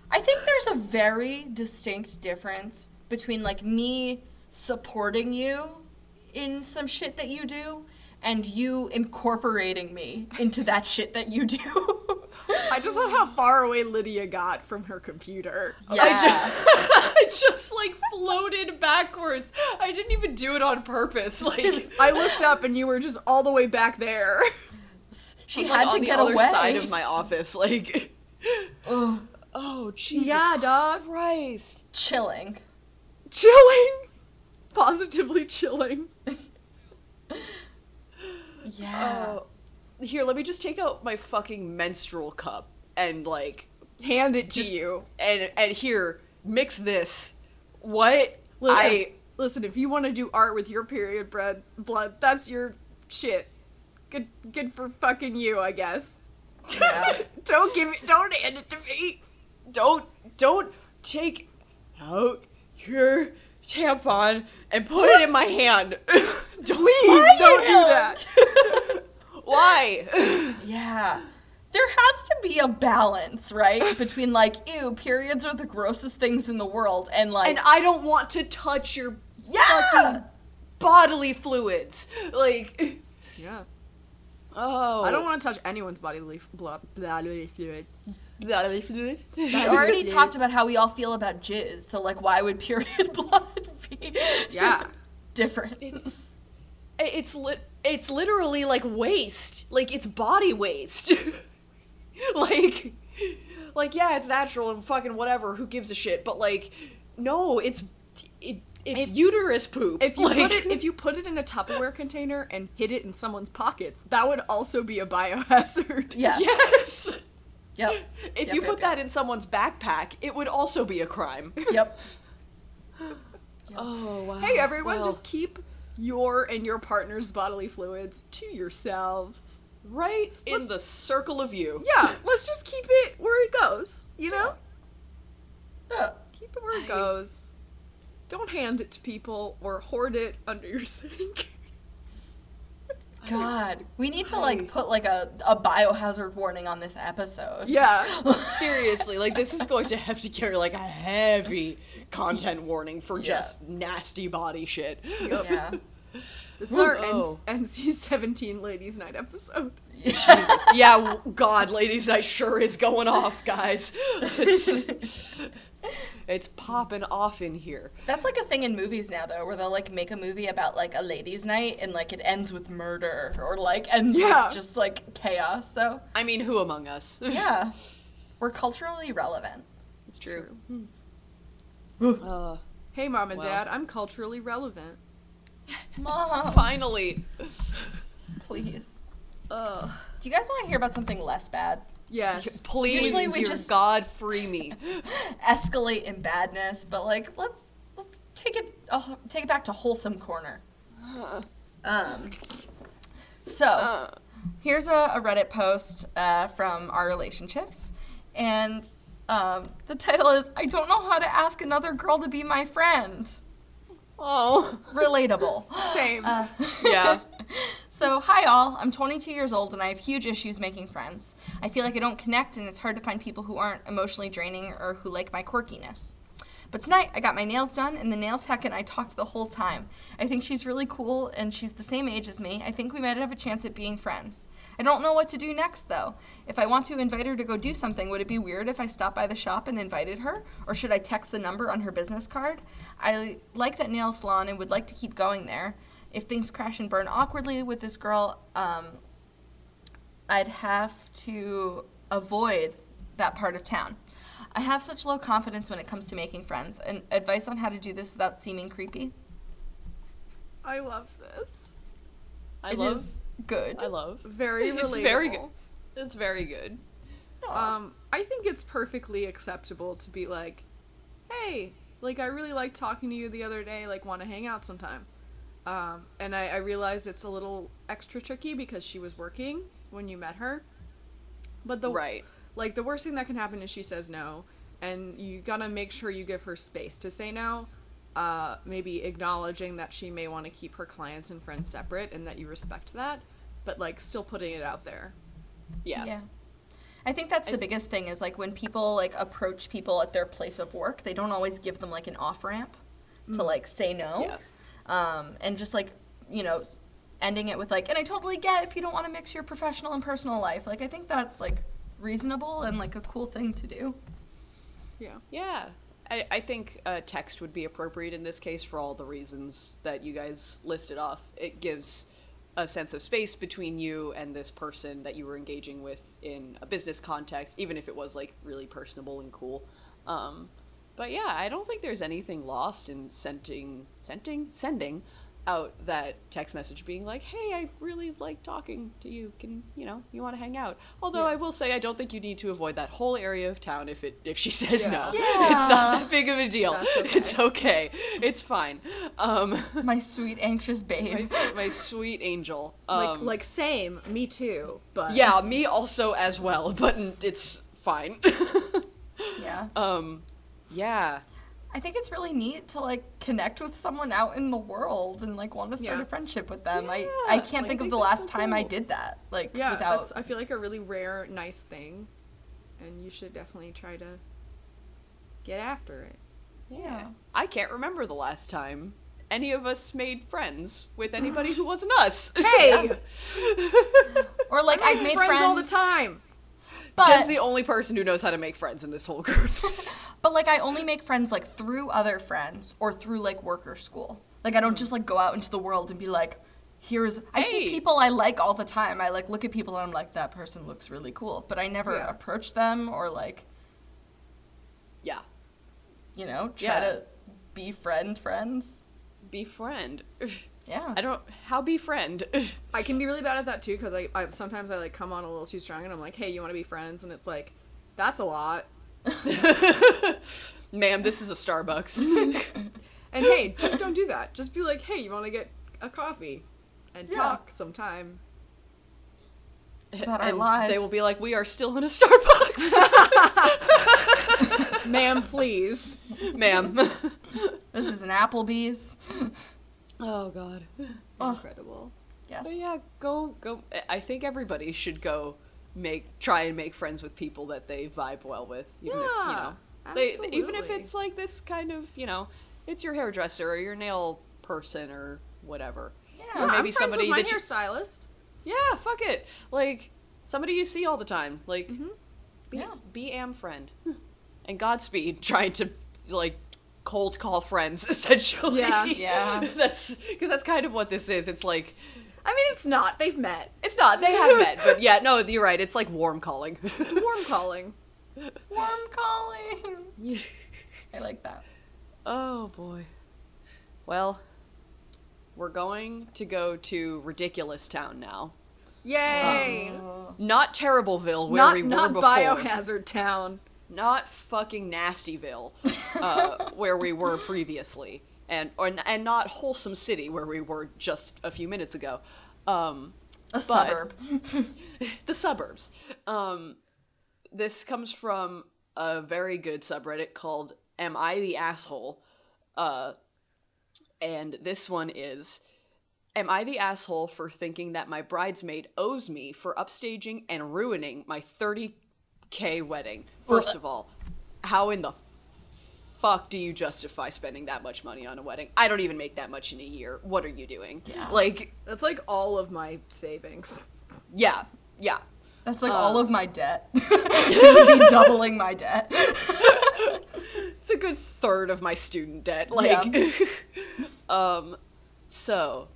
Speaker 3: I think there's a very distinct difference between like me supporting you in some shit that you do and you incorporating me into that shit that you do.
Speaker 2: I just love how far away Lydia got from her computer.
Speaker 3: yeah.
Speaker 1: I just like floated backwards. I didn't even do it on purpose. Like
Speaker 2: I looked up, and you were just all the way back there.
Speaker 3: she
Speaker 1: like,
Speaker 3: had
Speaker 1: on
Speaker 3: to
Speaker 1: the
Speaker 3: get
Speaker 1: other
Speaker 3: away.
Speaker 1: side of my office. Like, oh Jesus
Speaker 2: dog.
Speaker 1: Christ!
Speaker 3: Chilling.
Speaker 2: Chilling, positively chilling.
Speaker 3: Yeah.
Speaker 1: Uh, Oh. Here, let me just take out my fucking menstrual cup and like
Speaker 2: Hand it to
Speaker 1: Just-
Speaker 2: you.
Speaker 1: and and here mix this What?
Speaker 2: Listen,
Speaker 1: I
Speaker 2: listen. If you want to do art with your period bread blood, that's your shit. Good, good for fucking you, I guess.
Speaker 3: Yeah.
Speaker 2: don't give it. Don't hand it to me.
Speaker 1: don't don't take out your tampon and put it in my hand. Don't-
Speaker 2: Please don't do that.
Speaker 1: Why?
Speaker 3: Yeah. There has to be a balance, right? Between like, ew, periods are the grossest things in the world, and like,
Speaker 1: and I don't want to touch your
Speaker 3: yeah,
Speaker 1: fucking bodily fluids. Like,
Speaker 2: Yeah.
Speaker 1: oh,
Speaker 2: I don't want to touch anyone's bodily f- blood, bodily fluid. Bodily fluid.
Speaker 3: we already talked about how we all feel about jizz, so like, why would period blood be
Speaker 2: Yeah.
Speaker 3: different?
Speaker 1: It's it- it's lit. It's literally like waste. Like it's body waste. like, like yeah, it's natural and fucking whatever. Who gives a shit? But like, no, it's it, it's uterus poop.
Speaker 2: If you
Speaker 1: like,
Speaker 2: put it, if you put it in a Tupperware container and hid it in someone's pockets, that would also be a biohazard.
Speaker 3: Yes.
Speaker 1: yes.
Speaker 3: Yep.
Speaker 1: If
Speaker 3: Yep,
Speaker 1: you
Speaker 3: yep,
Speaker 1: put that in someone's backpack, it would also be a crime.
Speaker 3: Yep.
Speaker 1: Oh wow.
Speaker 2: Hey everyone,
Speaker 1: Well,
Speaker 2: just keep your and your partner's bodily fluids to yourselves.
Speaker 1: right in the circle of you.
Speaker 2: Yeah, let's just keep it where it goes, you know?
Speaker 3: Uh,
Speaker 2: Keep it where
Speaker 1: I-
Speaker 2: it goes. Don't hand it to people or hoard it under your sink.
Speaker 3: God, we need to
Speaker 1: Hi.
Speaker 3: like put like a, a biohazard warning on this episode.
Speaker 2: yeah.
Speaker 1: Seriously, like this is going to have to carry like a heavy content warning for
Speaker 3: Yeah.
Speaker 1: just nasty body shit.
Speaker 3: Yeah.
Speaker 2: This is our
Speaker 1: Whoa.
Speaker 2: N- NC-17 Ladies Night episode.
Speaker 1: Jesus. Yeah, w- God, ladies, I sure is going off, guys. It's, it's popping off in here.
Speaker 3: That's like a thing in movies now, though, where they'll like make a movie about like a ladies' night and like it ends with murder or like ends
Speaker 2: Yeah.
Speaker 3: with just like chaos. So
Speaker 1: I mean, who among us?
Speaker 3: yeah, we're culturally relevant.
Speaker 1: it's true.
Speaker 3: True.
Speaker 1: Uh,
Speaker 2: Hey mom and
Speaker 1: Wow.
Speaker 2: dad, I'm culturally relevant.
Speaker 3: Mom,
Speaker 1: finally.
Speaker 3: please.
Speaker 2: Ugh.
Speaker 3: Do you guys want to hear about something less bad?
Speaker 2: Yes.
Speaker 1: Please,
Speaker 3: Usually we
Speaker 1: dear
Speaker 3: just-
Speaker 1: God, free me.
Speaker 3: Escalate in badness, but like let's let's take it uh, take it back to wholesome corner. Um. So. here's a, a Reddit post uh, from our relationships, and um, the title is "I don't know how to ask another girl to be my friend."
Speaker 1: Oh.
Speaker 3: Relatable.
Speaker 2: Same.
Speaker 3: Uh,
Speaker 1: Yeah.
Speaker 3: so, hi all. I'm 22 years old and I have huge issues making friends. I feel like I don't connect and it's hard to find people who aren't emotionally draining or who like my quirkiness. But tonight I got my nails done and the nail tech and I talked the whole time. I think she's really cool and she's the same age as me. I think we might have a chance at being friends. I don't know what to do next though. If I want to invite her to go do something, would it be weird if I stopped by the shop and invited her? Or should I text the number on her business card? I like that nail salon and would like to keep going there if things crash and burn awkwardly with this girl, um, I'd have to avoid that part of town. I have such low confidence when it comes to making friends. And advice on how to do this without seeming creepy?
Speaker 2: I love this.
Speaker 1: I
Speaker 3: It
Speaker 1: love.
Speaker 3: is good.
Speaker 1: I love.
Speaker 2: Very relatable.
Speaker 1: It's very good. It's very good.
Speaker 2: Um, I think it's perfectly acceptable to be like, hey, like I really liked talking to you the other day, like want to hang out sometime. Um, and I, I realize it's a little extra tricky because she was working when you met her. But the
Speaker 1: right.
Speaker 2: like the worst thing that can happen is she says no, and you gotta make sure you give her space to say no. Uh, maybe acknowledging that she may want to keep her clients and friends separate, and that you respect that, but like still putting it out there.
Speaker 1: Yeah.
Speaker 3: I think that's the
Speaker 1: I-
Speaker 3: biggest thing is like when people like approach people at their place of work, they don't always give them like an off ramp to like say no.
Speaker 1: Mm. Yeah.
Speaker 3: um, and just like you know ending it with like and i totally get if you don't want to mix your professional and personal life like i think that's like reasonable and like a cool thing to do
Speaker 2: Yeah.
Speaker 1: Yeah. I, I think uh, text would be appropriate in this case for all the reasons that you guys listed off. It gives a sense of space between you and this person that you were engaging with in a business context, even if it was like really personable and cool. Um, but yeah, I don't think there's anything lost in sending, sending, sending out that text message being like, "Hey, I really like talking to you. Can you know you want to hang out?" Although I will say, I don't think you need to avoid that whole area of town if it if she says
Speaker 2: Yeah.
Speaker 1: no.
Speaker 3: Yeah.
Speaker 1: It's not that big of a deal.
Speaker 2: That's okay.
Speaker 1: It's okay. It's fine. Um,
Speaker 3: My sweet anxious
Speaker 1: my,
Speaker 3: babe.
Speaker 1: s- my sweet angel.
Speaker 2: like
Speaker 1: Um,
Speaker 2: like same, me too. But
Speaker 1: yeah, me also as well, but n- it's fine.
Speaker 3: Yeah.
Speaker 1: um, yeah.
Speaker 3: I think it's really neat to like connect with someone out in the world and like want to start
Speaker 2: Yeah.
Speaker 3: a friendship with them. I
Speaker 2: Yeah,
Speaker 3: I can't
Speaker 2: like,
Speaker 3: think
Speaker 2: I
Speaker 3: of
Speaker 2: think
Speaker 3: the
Speaker 2: that's
Speaker 3: last
Speaker 2: so
Speaker 3: time I
Speaker 2: cool.
Speaker 3: did that. Like
Speaker 2: yeah,
Speaker 3: without
Speaker 2: that's I feel like a really rare nice thing, and you should definitely try to get after it.
Speaker 3: yeah.
Speaker 1: I can't remember the last time any of us made friends with anybody who wasn't us.
Speaker 2: Hey!
Speaker 3: Or like I've made friends,
Speaker 2: all the time.
Speaker 1: Jen's
Speaker 3: But,
Speaker 1: the only person who knows how to make friends in this whole group.
Speaker 3: but like I only make friends like through other friends or through like work or school. Like I don't just like go out into the world and be like, here's I see
Speaker 1: Hey.
Speaker 3: people I like all the time. I like look at people and I'm like, that person looks really cool. But I never
Speaker 2: Yeah.
Speaker 3: approach them or like,
Speaker 1: yeah.
Speaker 3: you know, try
Speaker 1: Yeah.
Speaker 3: to befriend friends.
Speaker 1: Befriend.
Speaker 3: Yeah.
Speaker 1: I don't how befriend.
Speaker 2: I can be really bad at that too because I, I sometimes I like come on a little too strong and I'm like, hey, you want to be friends? And it's like, that's a lot.
Speaker 1: Ma'am, this is a Starbucks.
Speaker 2: And hey, just don't do that. Just be like, hey, you want to get a coffee and
Speaker 3: Yeah.
Speaker 2: talk sometime.
Speaker 3: About our
Speaker 1: and They
Speaker 3: lives.
Speaker 1: will be like, We are still in a Starbucks.
Speaker 2: Ma'am, please.
Speaker 1: Ma'am.
Speaker 3: This is an Applebee's.
Speaker 1: oh god.
Speaker 3: Ugh.
Speaker 2: Incredible.
Speaker 3: Yes.
Speaker 1: But Oh, yeah, go go. I- I think everybody should go make try and make friends with people that they vibe well with. Even if, you
Speaker 2: Yeah,
Speaker 1: know, they, even if
Speaker 2: absolutely.
Speaker 1: it's like this kind of you know, it's your hairdresser or your nail person or whatever.
Speaker 3: Yeah.
Speaker 2: Yeah,
Speaker 1: Or
Speaker 2: I'm
Speaker 1: maybe
Speaker 2: friends with
Speaker 1: somebody
Speaker 2: my
Speaker 1: that you-
Speaker 2: hairstylist.
Speaker 1: Yeah, fuck it. Like somebody you see all the time. Like
Speaker 3: Mm-hmm.
Speaker 1: be
Speaker 3: Yeah.
Speaker 1: be am friend, and Godspeed trying to like cold call friends essentially.
Speaker 2: Yeah.
Speaker 3: Yeah.
Speaker 1: that's because that's kind of what this is. It's like.
Speaker 2: I mean, it's not. They've met.
Speaker 1: It's not. They have met, but yeah, no, you're right. It's like warm calling.
Speaker 2: It's warm calling.
Speaker 3: Warm calling. I like that.
Speaker 1: oh boy. Well, we're going to go to ridiculous town now.
Speaker 2: Yay!
Speaker 1: Not Terribleville, where
Speaker 2: not
Speaker 1: we were
Speaker 2: not
Speaker 1: before.
Speaker 2: biohazard town.
Speaker 1: Not fucking Nastyville, uh, where we were previously, and or and not Wholesome City, where we were just a few minutes ago. Um,
Speaker 3: A suburb.
Speaker 1: the suburbs. Um, this comes from a very good subreddit called "Am I the Asshole?" Uh, and this one is, "Am I the asshole for thinking that my bridesmaid owes me for upstaging and ruining my 30k wedding?" First of all, how in the fuck do you justify spending that much money on a wedding? I don't even make that much in a year. What are you doing?
Speaker 3: Yeah.
Speaker 1: Like,
Speaker 2: That's like all of my savings.
Speaker 1: yeah, yeah.
Speaker 3: That's like all of my debt. You'd be doubling my debt.
Speaker 1: it's a good third of my student debt. Like, um, so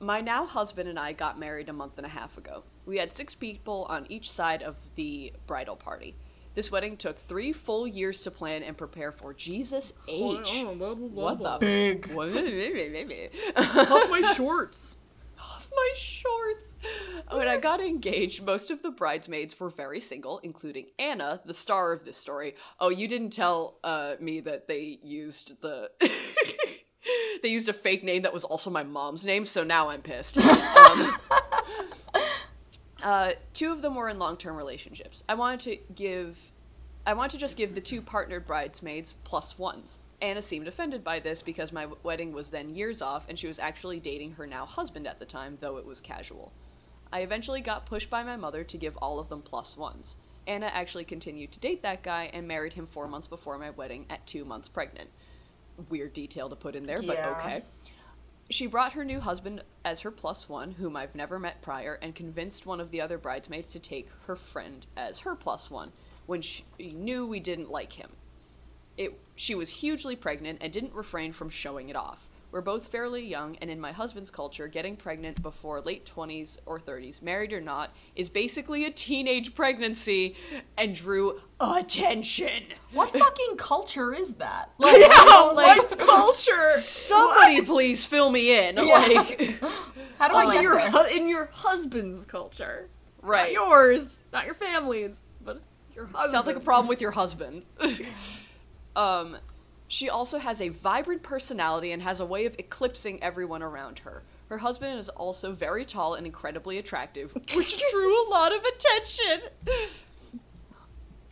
Speaker 1: my now husband and I got married a month and a half ago. We had six people on each side of the bridal party. This wedding took three full years to plan and prepare for. Jesus H. What the
Speaker 3: Big.
Speaker 2: Off my shorts.
Speaker 1: off my shorts. When I got engaged, most of the bridesmaids were very single, including Anna, the star of this story. Oh, you didn't tell uh, me that they used the. they used a fake name that was also my mom's name, so now I'm pissed. um, uh, two of them were in long term relationships. I wanted to give. I want to just give the two partnered bridesmaids plus ones. Anna seemed offended by this because my w- wedding was then years off and she was actually dating her now husband at the time, though it was casual. I eventually got pushed by my mother to give all of them plus ones. Anna actually continued to date that guy and married him four months before my wedding at two months pregnant. Weird detail to put in there,
Speaker 3: Yeah.
Speaker 1: but okay. She brought her new husband as her plus one, whom I've never met prior, and convinced one of the other bridesmaids to take her friend as her plus one when she knew we didn't like him. It, she was hugely pregnant and didn't refrain from showing it off. We're both fairly young, and in my husband's culture, getting pregnant before late 20s or 30s, married or not, is basically a teenage pregnancy and drew attention.
Speaker 3: What fucking culture is that? Like,
Speaker 1: Like, you know, like,
Speaker 2: what culture?
Speaker 1: somebody please fill me in. Like,
Speaker 3: how do I
Speaker 2: Like
Speaker 3: get
Speaker 2: your
Speaker 3: there?
Speaker 2: hu- in your husband's culture,
Speaker 1: right.
Speaker 2: Not yours, not your family's, but your husband.
Speaker 1: Sounds like a problem with your husband. um, she also has a vibrant personality and has a way of eclipsing everyone around her. Her husband is also very tall and incredibly attractive, which drew a lot of attention.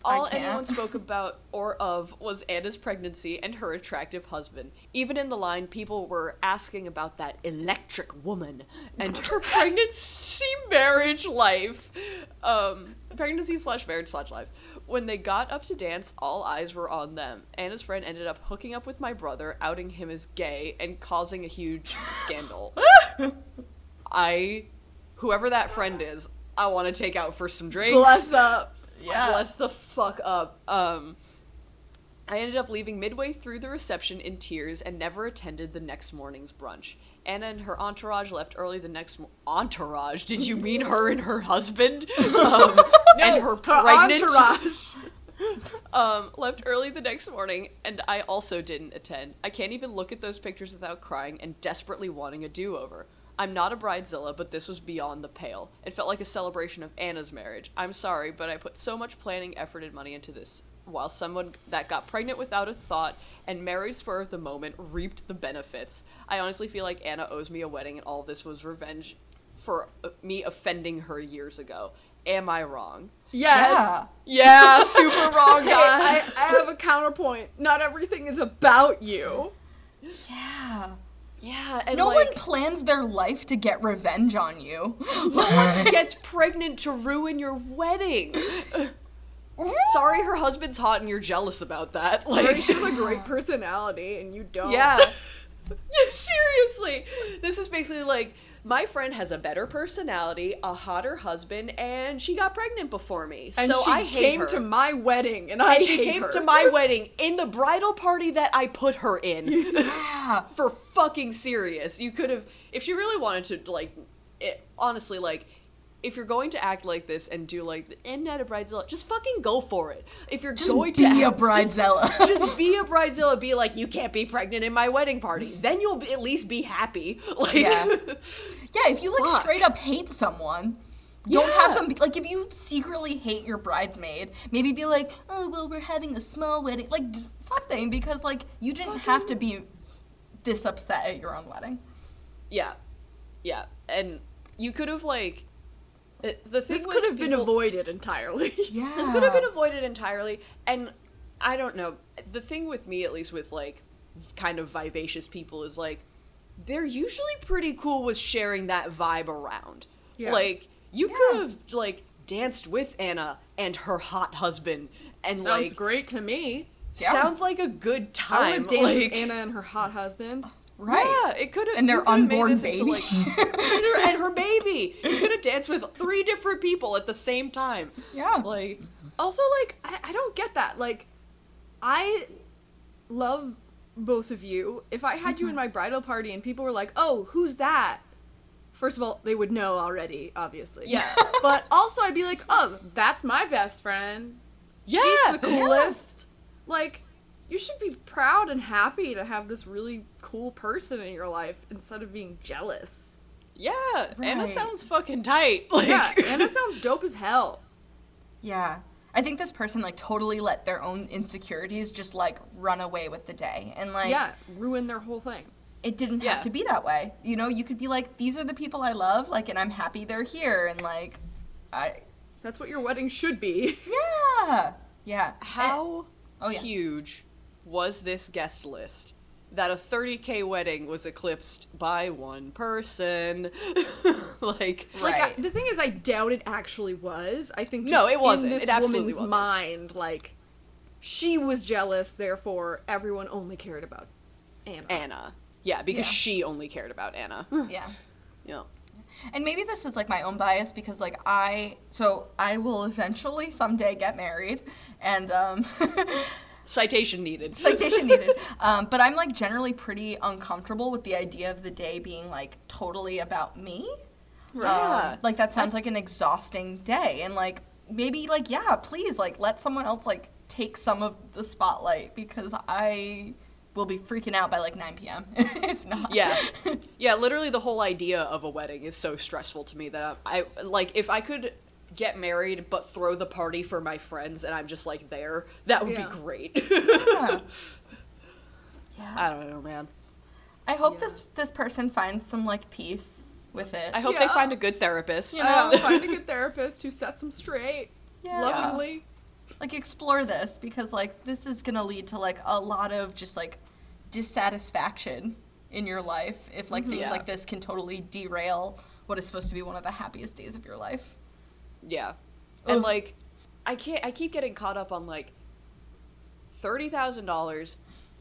Speaker 3: I
Speaker 1: All
Speaker 3: can't.
Speaker 1: anyone spoke about or of was Anna's pregnancy and her attractive husband. Even in the line, people were asking about that electric woman and her pregnancy marriage life. Um, pregnancy slash marriage slash life. When they got up to dance, all eyes were on them. Anna's friend ended up hooking up with my brother, outing him as gay, and causing a huge scandal. I, whoever that friend is, I want to take out for some drinks
Speaker 2: bless up.
Speaker 3: Yeah.
Speaker 1: bless the fuck up. Um, I ended up leaving midway through the reception in tears and never attended the next morning's brunch. Anna and her entourage left early the next mo- entourage. Did you mean her and her husband? Um, and her pregnant
Speaker 2: entourage.
Speaker 1: um, left early the next morning, and I also didn't attend. I can't even look at those pictures without crying and desperately wanting a do over. I'm not a bridezilla, but this was beyond the pale. It felt like a celebration of Anna's marriage. I'm sorry, but I put so much planning, effort, and money into this, while someone that got pregnant without a thought and married spur of the moment reaped the benefits. I honestly feel like Anna owes me a wedding, and all this was revenge for uh, me offending her years ago. Am I wrong?
Speaker 2: Yes.
Speaker 1: Yeah, super wrong,
Speaker 2: Okay, I, I have a counterpoint. Not everything is about you.
Speaker 3: yeah.
Speaker 1: Yeah, and
Speaker 3: no
Speaker 1: like,
Speaker 3: one plans their life to get revenge on you.
Speaker 1: gets pregnant to ruin your wedding. Sorry, her husband's hot and you're jealous about that.
Speaker 2: Sorry,
Speaker 1: Like,
Speaker 2: she has a great personality, and you don't.
Speaker 1: yeah. Yeah, Seriously, this is basically like my friend has a better personality, a hotter husband, and she got pregnant before me.
Speaker 2: And
Speaker 1: so
Speaker 2: she
Speaker 1: I hate
Speaker 2: came
Speaker 1: her.
Speaker 2: to my wedding, and, I
Speaker 1: and she
Speaker 2: hate
Speaker 1: came
Speaker 2: her.
Speaker 1: to my wedding in the bridal party that I put her in.
Speaker 3: yeah.
Speaker 1: for fucking serious. You could have, if she really wanted to, like, it, honestly, like, if you're going to act like this and do like I'm not a bridezilla, just fucking go for it. If you're
Speaker 3: Just
Speaker 1: going to
Speaker 3: be a
Speaker 1: act-
Speaker 3: bridezilla.
Speaker 1: just, just be a bridezilla. Be like, you can't be pregnant in my wedding party. Then you'll be, at least be happy. Like,
Speaker 3: Yeah. Yeah, if you like
Speaker 1: Fuck.
Speaker 3: straight up hate someone, don't have
Speaker 1: Yeah.
Speaker 3: them be, like if you secretly hate your bridesmaid, maybe be like, "Oh, well, we're having a small wedding." Like just something because like you didn't have to be this upset at your own wedding.
Speaker 1: yeah, yeah. And you could have like, it- the thing
Speaker 2: This
Speaker 1: with
Speaker 2: could have been
Speaker 1: people-
Speaker 2: avoided entirely.
Speaker 3: Yeah.
Speaker 1: This could have been avoided entirely. And I don't know. The thing with me, at least with like kind of vivacious people, is like they're usually pretty cool with sharing that vibe around.
Speaker 2: Yeah.
Speaker 1: Like you
Speaker 3: Yeah.
Speaker 1: could have like danced with Anna and her hot husband, and
Speaker 2: Sounds
Speaker 1: like
Speaker 2: great to me.
Speaker 3: Yeah.
Speaker 1: sounds like a
Speaker 2: I
Speaker 1: good
Speaker 2: would
Speaker 1: time.
Speaker 2: have danced
Speaker 1: like,
Speaker 2: with Anna and her hot husband.
Speaker 3: right.
Speaker 1: Yeah, it could have.
Speaker 3: And
Speaker 1: you
Speaker 3: their
Speaker 1: could've made
Speaker 3: unborn
Speaker 1: this into,
Speaker 3: baby.
Speaker 1: like, and her baby. You could have danced with three different people at the same time.
Speaker 3: yeah.
Speaker 1: Like,
Speaker 2: Also, like, I, I don't get that. Like, I love both of you. If I had you in my bridal party and people were like, oh, who's that? First of all, they would know already, obviously.
Speaker 1: Yeah.
Speaker 2: but also, I'd be like, oh, that's my best friend.
Speaker 1: Yeah,
Speaker 2: She's the coolest. Like, you should be proud and happy to have this really cool person in your life instead of being jealous.
Speaker 1: Yeah, Anna
Speaker 3: Right.
Speaker 1: sounds fucking tight. Like,
Speaker 2: Yeah, Anna sounds dope as hell.
Speaker 3: Yeah. I think this person like totally let their own insecurities just like run away with the day. And like
Speaker 2: yeah, ruin their whole thing.
Speaker 3: it didn't
Speaker 1: Yeah.
Speaker 3: have to be that way. You know, you could be like these are the people I love like and I'm happy they're here and like I
Speaker 2: That's what your wedding should be.
Speaker 3: yeah. Yeah.
Speaker 1: how
Speaker 3: Oh, yeah.
Speaker 1: huge was this guest list that a 30k wedding was eclipsed by one person? like,
Speaker 2: Like
Speaker 3: Right.
Speaker 2: I, the thing is, I doubt it actually was. I think
Speaker 1: No,
Speaker 2: just
Speaker 1: it wasn't.
Speaker 2: In this
Speaker 1: It absolutely
Speaker 2: woman's
Speaker 1: wasn't.
Speaker 2: mind, like she was jealous, therefore everyone only cared about Anna.
Speaker 1: Anna. Yeah, because
Speaker 3: Yeah.
Speaker 1: she only cared about Anna.
Speaker 3: Yeah.
Speaker 1: yeah.
Speaker 3: And maybe this is like my own bias because like I so I will eventually someday get married and um
Speaker 1: Citation needed.
Speaker 3: citation needed. Um, but I'm like generally pretty uncomfortable with the idea of the day being like totally about me. Um,
Speaker 1: Yeah.
Speaker 3: like that sounds like an exhausting day, and like maybe like yeah, please like let someone else like take some of the spotlight because I will be freaking out by like 9 p.m. if not.
Speaker 1: yeah yeah literally the whole idea of a wedding is so stressful to me that i I- like if i could get married but throw the party for my friends and i'm just like there that would
Speaker 2: Yeah.
Speaker 1: be great
Speaker 3: Yeah. Yeah.
Speaker 1: i don't know man
Speaker 3: I hope
Speaker 2: Yeah.
Speaker 3: this this person finds some like peace with it.
Speaker 1: i hope
Speaker 2: Yeah.
Speaker 1: they find a good therapist
Speaker 3: You
Speaker 2: Uh,
Speaker 3: know?
Speaker 2: find a good therapist who sets them straight
Speaker 3: Yeah.
Speaker 2: lovingly.
Speaker 3: like explore this because like this is gonna lead to like a lot of just like dissatisfaction in your life if like things
Speaker 1: Yeah.
Speaker 3: like this can totally derail what is supposed to be one of the happiest days of your life.
Speaker 1: yeah and
Speaker 3: Ugh.
Speaker 1: like i can't i keep getting caught up on like $30000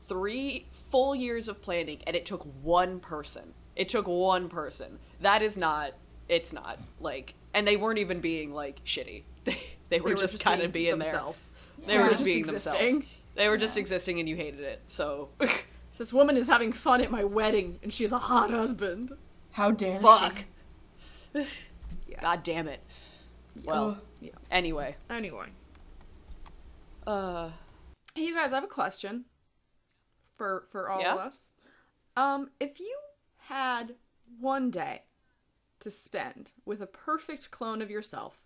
Speaker 1: three full years of planning and it took one person it took one person that is not it's not like and they weren't even being like shitty they, they were
Speaker 2: They
Speaker 1: just, kind of being, there
Speaker 2: themselves.
Speaker 1: They were
Speaker 3: Yeah.
Speaker 1: just
Speaker 2: Just
Speaker 1: being
Speaker 2: existing.
Speaker 1: themselves. They were just existing and you hated it. So
Speaker 2: This woman is having fun at my wedding, and she's a hot husband.
Speaker 3: How dare
Speaker 1: fuck.
Speaker 3: she?
Speaker 1: God damn it. Well,
Speaker 3: Ugh.
Speaker 2: Yeah.
Speaker 1: anyway.
Speaker 2: Anyway,
Speaker 1: Uh
Speaker 2: hey, you guys, I have a question for for all
Speaker 1: Yeah?
Speaker 2: of us. Um, if you had one day to spend with a perfect clone of yourself,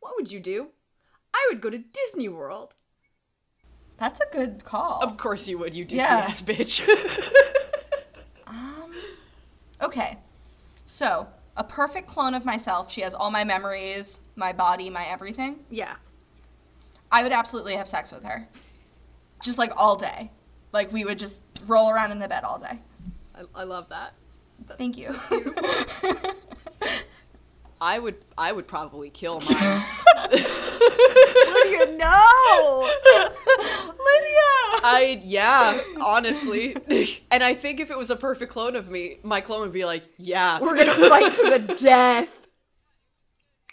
Speaker 2: what would you do? I would go to Disney World.
Speaker 3: That's a good call.
Speaker 1: of course you would, you Disney
Speaker 3: Yeah.
Speaker 1: ass bitch.
Speaker 3: Okay. So, a perfect clone of myself. She has all my memories, my body, my everything.
Speaker 2: Yeah.
Speaker 3: I would absolutely have sex with her. Just like all day. Like we would just roll around in the bed all day.
Speaker 2: I, I love that. That's,
Speaker 3: Thank you.
Speaker 2: that's beautiful.
Speaker 1: I would I would probably kill mine.
Speaker 2: Lydia, no!
Speaker 3: Lydia!
Speaker 1: I yeah, honestly. and I think if it was a perfect clone of me, my clone would be like, yeah.
Speaker 2: We're gonna fight to the death.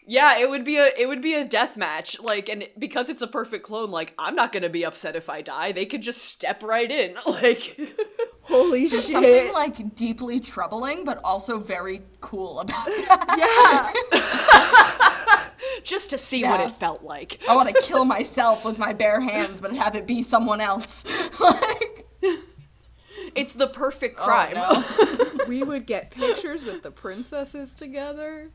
Speaker 1: Yeah, it would be a it would be a death match. Like and because it's a perfect clone, like I'm not going to be upset if I die. They could just step right in. Like
Speaker 2: Holy shit.
Speaker 3: Something like deeply troubling, but also very cool about that.
Speaker 2: yeah.
Speaker 1: just to see
Speaker 3: Yeah.
Speaker 1: what it felt like.
Speaker 3: I want to kill myself with my bare hands, but have it be someone else. like,
Speaker 1: It's the perfect crime.
Speaker 3: Oh, no.
Speaker 2: we would get pictures with the princesses together.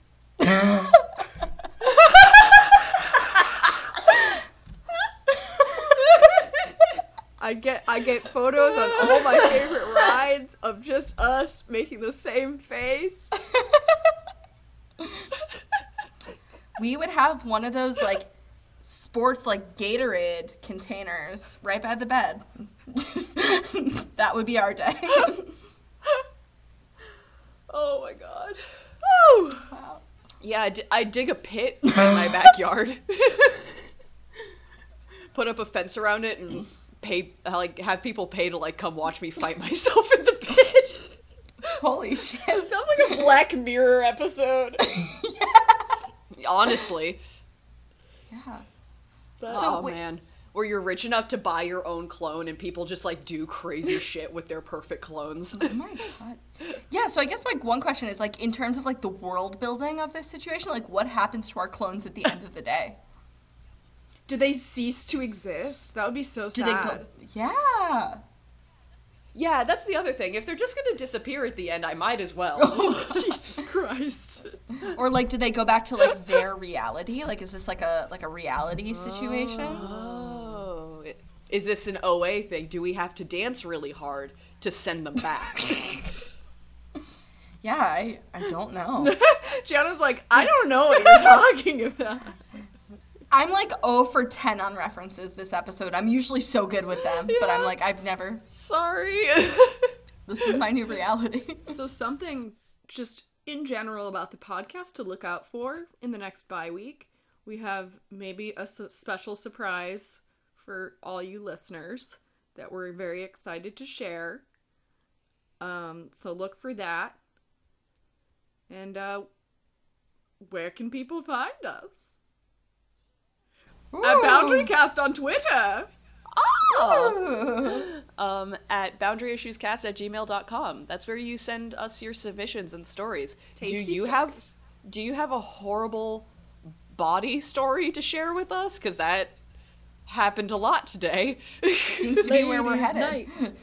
Speaker 2: I get I get photos on all my favorite rides of just us making the same face.
Speaker 3: we would have one of those like sports like Gatorade containers right by the bed. that would be our day.
Speaker 1: Oh my god.
Speaker 2: Woo!
Speaker 1: Yeah, I, d- I dig a pit in my backyard. Put up a fence around it and pay like have people pay to like come watch me fight myself in the pit.
Speaker 3: Holy shit.
Speaker 2: Sounds like a Black Mirror episode.
Speaker 1: Honestly.
Speaker 3: Yeah.
Speaker 1: oh
Speaker 3: wait-
Speaker 1: man. Where you're rich enough to buy your own clone and people just like do crazy shit with their perfect clones.
Speaker 3: Oh my god. Yeah, so I guess like one question is like in terms of like the world building of this situation, like what happens to our clones at the end of the day?
Speaker 2: Do they cease to exist? That would be so
Speaker 3: Do
Speaker 2: sad.
Speaker 3: they go Yeah.
Speaker 1: yeah, that's the other thing. If they're just gonna disappear at the end, I might as well.
Speaker 2: Oh, Jesus Christ.
Speaker 3: Or like do they go back to like their reality? Like is this like a like a reality situation?
Speaker 1: Oh, i- is this an OA thing? Do we have to dance really hard to send them back?
Speaker 3: Yeah, I I don't know.
Speaker 2: Gianna's like, I don't know what you're talking about.
Speaker 3: I'm like 0 for 10 on references this episode. I'm usually so good with them, but I'm like I've never
Speaker 1: Sorry.
Speaker 3: this is my new reality.
Speaker 2: So something just in general about the podcast to look out for in the next bye week. We have maybe a su- special surprise for all you listeners that we're very excited to share. Um, so look for that. And uh, where can people find us? At BoundaryCast on Twitter.
Speaker 1: oh, well. Um, at boundaryissuescast at gmail.com. That's where you send us your submissions and stories. do
Speaker 2: Tasty
Speaker 1: you have do you have a horrible body story to share with us? Because that happened a lot today.
Speaker 3: Seems to be where we're
Speaker 2: Ladies'
Speaker 3: headed.
Speaker 2: night.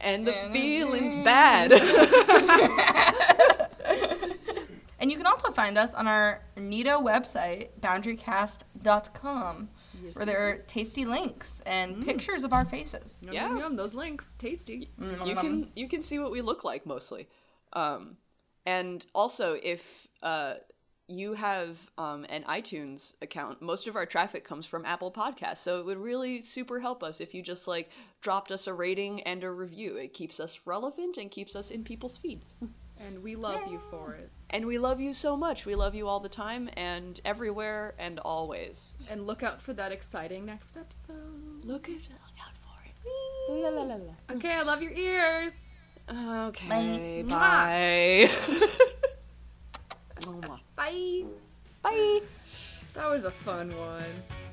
Speaker 1: and the feeling's bad.
Speaker 3: And you can also find us on our NITO website, boundarycast.com, where there are tasty links and pictures of our faces.
Speaker 2: Yum,
Speaker 1: Mm. Yeah.
Speaker 2: yum, yum, those links, tasty.
Speaker 1: you can you can see what we look like mostly um and also if uh you have um, an iTunes account. Most of our traffic comes from Apple Podcasts, so it would really super help us if you just like dropped us a rating and a review. It keeps us relevant and keeps us in people's feeds.
Speaker 2: And we love you for it.
Speaker 1: and we love you so much. We love you all the time and everywhere and always.
Speaker 2: And look out for that exciting next episode.
Speaker 1: Look, at, look out for it. La, la, la, la.
Speaker 2: Okay, I love your ears.
Speaker 1: Okay,
Speaker 3: Mwah.
Speaker 1: bye. Mwah.
Speaker 2: Bye.
Speaker 1: bye.
Speaker 2: That was a fun one.